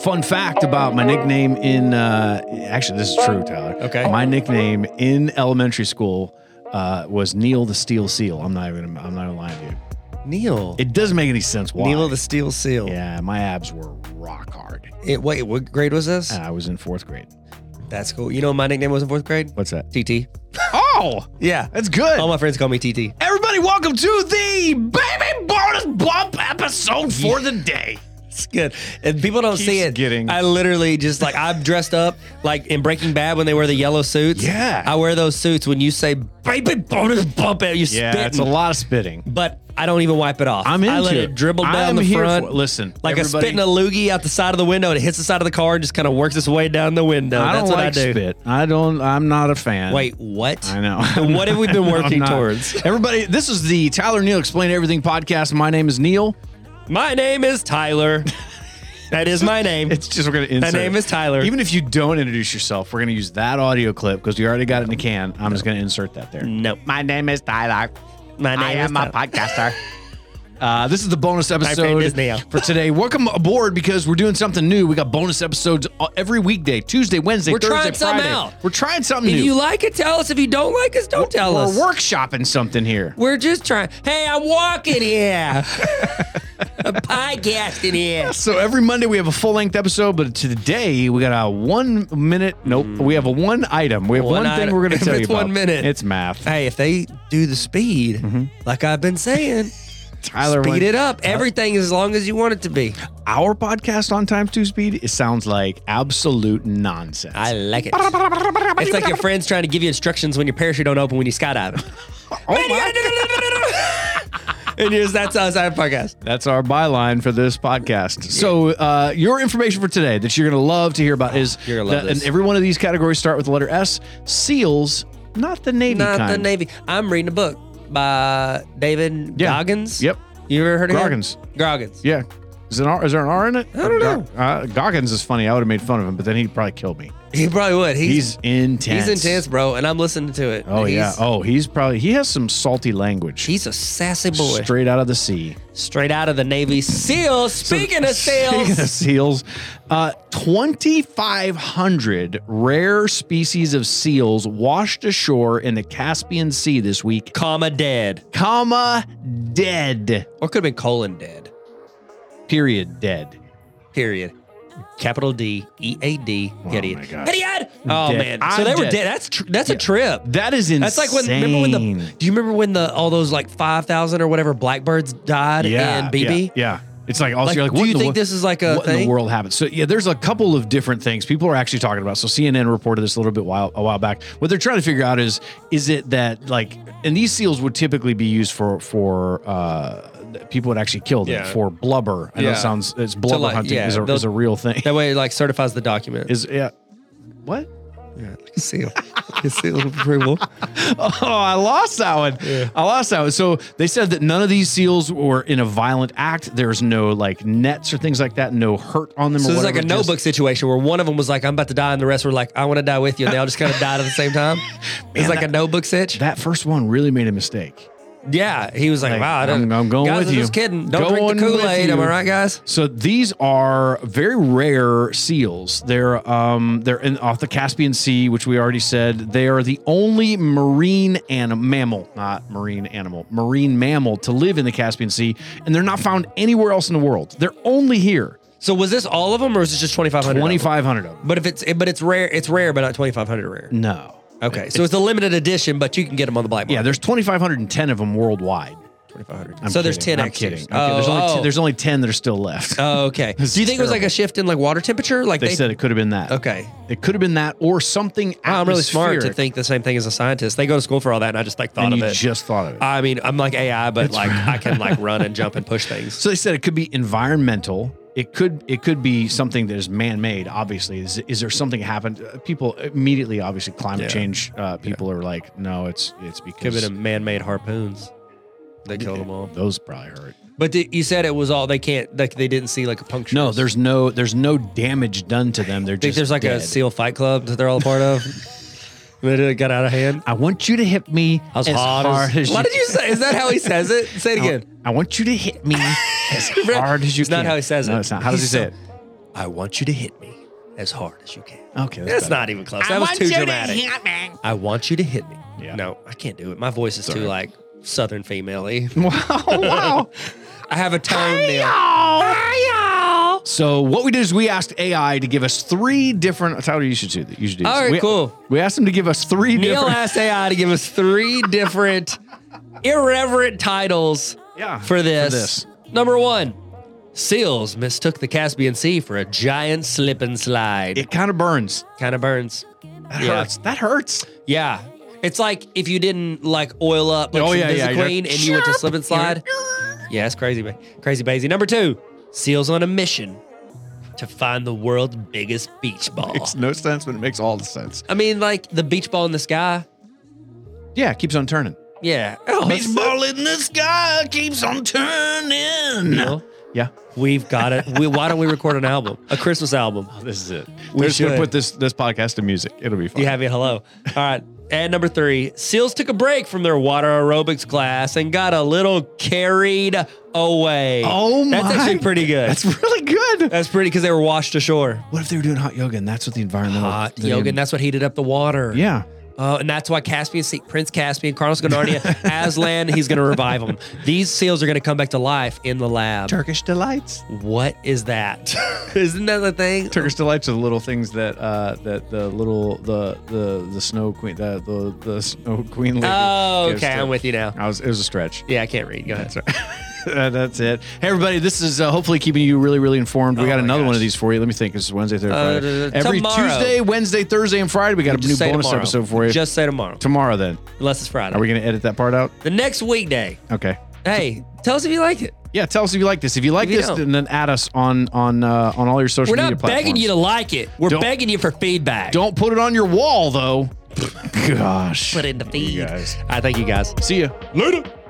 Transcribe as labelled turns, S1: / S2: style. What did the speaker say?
S1: Fun fact about my nickname in uh, actually this is true, Tyler.
S2: Okay.
S1: my nickname in elementary school uh, was Neil the Steel Seal. I'm not even I'm not even lying to you.
S2: Neil.
S1: It doesn't make any sense why.
S2: Neil the Steel Seal.
S1: yeah, my abs were rock hard.
S2: It, wait, what grade was this?
S1: And I was in fourth grade.
S2: That's cool. You know what my nickname was in fourth grade?
S1: What's that?
S2: TT.
S1: Oh,
S2: Yeah.
S1: that's good.
S2: All my friends call me TT.
S1: Everybody, welcome to the baby bonus bump episode for the day.
S2: It's good. And people don't see
S1: Keeps
S2: it.
S1: getting-
S2: I literally just like I'm dressed up like in Breaking Bad when they wear the yellow suits.
S1: Yeah.
S2: I wear those suits when you say baby bonus bump out you
S1: Yeah,
S2: spit.
S1: it's a lot of spitting.
S2: But I don't even wipe it off.
S1: I'm into
S2: I let it,
S1: it.
S2: dribble down
S1: I'm
S2: the
S1: here
S2: front.
S1: for it. Listen,
S2: like a
S1: everybody-
S2: spit in a loogie out the side of the window and it hits the side of the car and just kind of works its way down the window.
S1: I don't
S2: That's what
S1: like
S2: I do.
S1: spit. I don't. I'm not a fan.
S2: Wait, what?
S1: I know.
S2: What have we been
S1: I'm
S2: working
S1: not.
S2: towards?
S1: Everybody, this is the Tyler Neal Explain Everything podcast. My name is Neil.
S2: My name is Tyler. that is my name.
S1: It's just we're gonna insert.
S2: name
S1: it.
S2: is Tyler.
S1: Even if you don't introduce yourself, we're gonna use that audio clip because we already got it in the can. I'm just gonna insert that there.
S2: no.
S1: My name is Tyler.
S2: My name is Tyler.
S1: podcaster. Uh, this is the bonus
S2: friend
S1: episode
S2: is Neil.
S1: for today. Welcome aboard because we're doing something new. We got bonus episodes uh, every weekday, Tuesday, Wednesday,
S2: We're
S1: Thursday,
S2: trying something
S1: Friday.
S2: out.
S1: We're trying something
S2: If
S1: new.
S2: you like it, tell us. If you don't like us, don't tell
S1: we're
S2: us.
S1: workshopping something here.
S2: We're just trying. Hey, I'm walking here. I'm podcasting here.
S1: So every Monday we have a full length episode, but today we got a one minute. Nope, we have a one item. We have one,
S2: One
S1: thing
S2: item.
S1: we're going to
S2: If
S1: tell
S2: it's
S1: you about.
S2: one minute.
S1: It's math.
S2: Hey, if they do the speed, like I've been saying,
S1: Tyler,
S2: speed
S1: went-
S2: it up. Everything is as long as you want it to be.
S1: Our podcast on times two speed. It sounds like absolute nonsense.
S2: I like it. It's like your friends trying to give you instructions when your parachute don't open when you skydive. Oh, and here's that's us on podcast.
S1: That's our byline for this podcast. So, uh, your information for today that you're going to love to hear about is
S2: You're gonna love
S1: that- and
S2: this.
S1: every one of these categories start with the letter S. Seals, not the Navy
S2: Not
S1: kind.
S2: the Navy. I'm reading a book by David
S1: Yeah.
S2: Goggins.
S1: Yep.
S2: You ever heard of
S1: Goggins.
S2: him? Goggins.
S1: Yeah. Is, an R, is there an R in it?
S2: I don't know.
S1: uh, Goggins is funny. I would have made fun of him, but then he'd probably kill me.
S2: He probably would. He's
S1: He's intense.
S2: he's intense, bro, and I'm listening to it.
S1: Oh,
S2: he's,
S1: yeah. Oh, he's probably, he has some salty language.
S2: He's a sassy boy.
S1: Straight
S2: Straight,
S1: out of the sea.
S2: out of the Navy SEALs. Speaking of SEALs.
S1: Speaking of seals, uh, 2,500 rare species of seals washed ashore in the Caspian Sea this week.
S2: Comma dead.
S1: Comma dead.
S2: Or could have been colon dead.
S1: Period. Dead.
S2: Period. Capital D E A D. Idiot.
S1: my gosh.
S2: Idiot. Oh
S1: Dead.
S2: man.
S1: I'm
S2: so they were
S1: dead.
S2: dead. That's tr- that's a trip.
S1: That is insane.
S2: That's like when remember when the do you remember when the all those like five thousand or whatever blackbirds died
S1: yeah,
S2: and BB?
S1: Yeah. yeah. It's like also
S2: Like,
S1: you're like,
S2: do
S1: what
S2: you
S1: in the
S2: think
S1: wo-
S2: this is like a
S1: what in
S2: thing?
S1: the world happened? So yeah, there's a couple of different things people are actually talking about. So CNN reported this a little bit while a while back. What they're trying to figure out is is it that like and these seals would typically be used for for uh that people would actually kill them
S2: Yeah.
S1: for blubber. I know
S2: Yeah.
S1: it sounds it's blubber
S2: like,
S1: hunting
S2: yeah,
S1: is, a,
S2: they'll-
S1: is a real thing.
S2: That way, it like certifies the document.
S1: Is yeah. What?
S2: yeah, like a seal, Like a seal of approval.
S1: Oh, I lost that one. I lost that one. So they said that none of these seals were in a violent act. There's no like nets or things like that. No hurt on them.
S2: So
S1: or
S2: it's like
S1: whatever.
S2: a
S1: Just-
S2: notebook situation where one of them was like, "I'm about to die," and the rest were like, "I want to die with you," and they all just kind of died at the same time. it's like a notebook sitch.
S1: That first one really made a mistake.
S2: yeah, he was like,
S1: Like,
S2: "Wow, I
S1: I'm-
S2: don't,
S1: I'm going
S2: guys,
S1: with
S2: I'm
S1: you.
S2: Just kidding. Don't
S1: Going
S2: drink the
S1: with
S2: Kool Aid. Am I
S1: you.
S2: right, guys?
S1: So these are very rare seals. They're um they're in off the Caspian Sea, which we already said. They are the only marine anim- mammal, not marine animal, marine mammal to live in the Caspian Sea, and they're not found anywhere else in the world. They're only here.
S2: So was this all of them, or is this just 2,500?
S1: 2,500 of them.
S2: But if it's but it's rare, it's rare, but not 2,500 rare.
S1: No.
S2: Okay, so it's a limited edition, but you can get them on the black market.
S1: Mm. Yeah, there's 2,510 of them worldwide.
S2: 2,500.
S1: I'm
S2: so there's
S1: kidding.
S2: 10
S1: I'm
S2: extras.
S1: kidding. I'm
S2: Oh,
S1: kidding. There's, only
S2: oh.
S1: t- there's only 10 that are still left.
S2: Oh, okay. Do you think it was like
S1: terrible.
S2: a shift in like water temperature? Like
S1: they, said it could have been that.
S2: Okay.
S1: It could have been that or something
S2: Wow, I'm really smart to
S1: atmospheric,
S2: think the same thing as a scientist. They go to school for all that, and I just like thought
S1: And
S2: of
S1: you
S2: it. Uh,
S1: just thought of it.
S2: I mean, I'm like AI, but like I can like run and jump and push things.
S1: so they said it could be environmental. It could it could be something that is man made. Obviously, is, is there something happened? Uh, People immediately, obviously, climate
S2: Yeah.
S1: change. Uh, people are like, no, it's it's
S2: Give
S1: because
S2: it a man-made harpoons. They killed them all.
S1: those probably hurt.
S2: But the, you said it was all they can't. Like they didn't see like a puncture.
S1: No, there's no there's no damage done to them. They're
S2: Think
S1: just
S2: there's like a
S1: dead.
S2: SEAL fight club that they're all a part of. Then it got out of hand.
S1: I want you to hit me
S2: As,
S1: as
S2: hard, as,
S1: you
S2: Why did you say? Is that how he says it? Say it again.
S1: I want you to hit me as hard as you
S2: It's
S1: can.
S2: not how he says
S1: No,
S2: it.
S1: it's not. How does he
S2: He's
S1: say
S2: so-
S1: it?
S2: I want you to hit me as hard as you can.
S1: Okay, that's
S2: That's
S1: better.
S2: not even close. That was too dramatic. I want you to hit me.
S1: Yeah.
S2: No, I can't do it. My voice is too like southern female-y.
S1: Oh, Wow,
S2: I have a tone now.
S1: ah! wow. So what we did is we asked AI to give us three different. Tyler, you should do that. You should do. this.
S2: All right,
S1: we,
S2: cool.
S1: We asked him to give us three
S2: Neil
S1: different.
S2: asked AI to give us three different irreverent titles
S1: yeah,
S2: for this.
S1: this.
S2: Number one, seals mistook the Caspian Sea for a giant slip and slide.
S1: It kind of burns.
S2: kind of burns.
S1: That
S2: Yeah.
S1: hurts. That hurts.
S2: Yeah. It's like if you didn't like oil up like
S1: Oh,
S2: oh,
S1: yeah, yeah, you're-
S2: Queen and you went to slip and slide. Yeah, it's crazy, ba- crazy Basie. Number two, SEALs on a mission to find the world's biggest beach ball.
S1: Makes no sense, but it makes all the sense.
S2: I mean, like the beach ball in the sky.
S1: Yeah, it keeps on turning.
S2: Yeah. Oh, it's-
S1: in the sky keeps on turning.
S2: you know,
S1: Yeah,
S2: we've got it. We, why don't we record an album, a Christmas album?
S1: this is it.
S2: We
S1: We should
S2: should.
S1: put this this podcast to music. It'll be fun.
S2: You have me. Hello. All right. And number three, SEALs took a break from their water aerobics class and got a little carried away.
S1: Oh
S2: That's
S1: my-
S2: actually pretty good.
S1: That's really good.
S2: That's pretty because they were washed ashore.
S1: What if they were doing hot yoga and that's what the environmental
S2: Hot
S1: the-
S2: yoga, and Uh, that's what heated up the water.
S1: Oh, Yeah.
S2: Oh, and that's why Caspian Sea, Prince Caspian, Carlos Gonardia, Aslan, he's going to revive them. These seals are going to come back to life in the lab.
S1: Turkish delights.
S2: What is that? Isn't that the thing?
S1: Turkish delights are the little things that uh that the little the the the snow queen the the, the snow queen lady.
S2: Oh,
S1: gives
S2: okay.
S1: to-
S2: I'm with you now.
S1: I was it was a stretch.
S2: Yeah, I can't read. Go ahead.
S1: Uh, that's it. Hey everybody, this is uh, hopefully keeping you really really informed. We got
S2: my
S1: another one
S2: gosh.
S1: of these for you. Let me think. This is Wednesday, Thursday,
S2: Uh,
S1: Friday.
S2: uh,
S1: Every
S2: tomorrow.
S1: Tuesday, Wednesday, Thursday, and Friday, we got a new
S2: Just say
S1: bonus
S2: tomorrow.
S1: episode for you.
S2: Just say tomorrow,
S1: tomorrow then.
S2: unless it's Friday.
S1: Are we going to edit that part out?
S2: the next weekday.
S1: Okay.
S2: Hey, tell us if you like it.
S1: Yeah, tell us if you like this. If you like
S2: If you
S1: this,
S2: don't.
S1: then then add us on on uh, on all your social
S2: We're
S1: media
S2: not
S1: platforms.
S2: begging you to like it. We're
S1: Don't-
S2: begging you for feedback.
S1: Don't put it on your wall though. Gosh.
S2: put it in the feed.
S1: guys.
S2: I thank you guys.
S1: See ya. Later.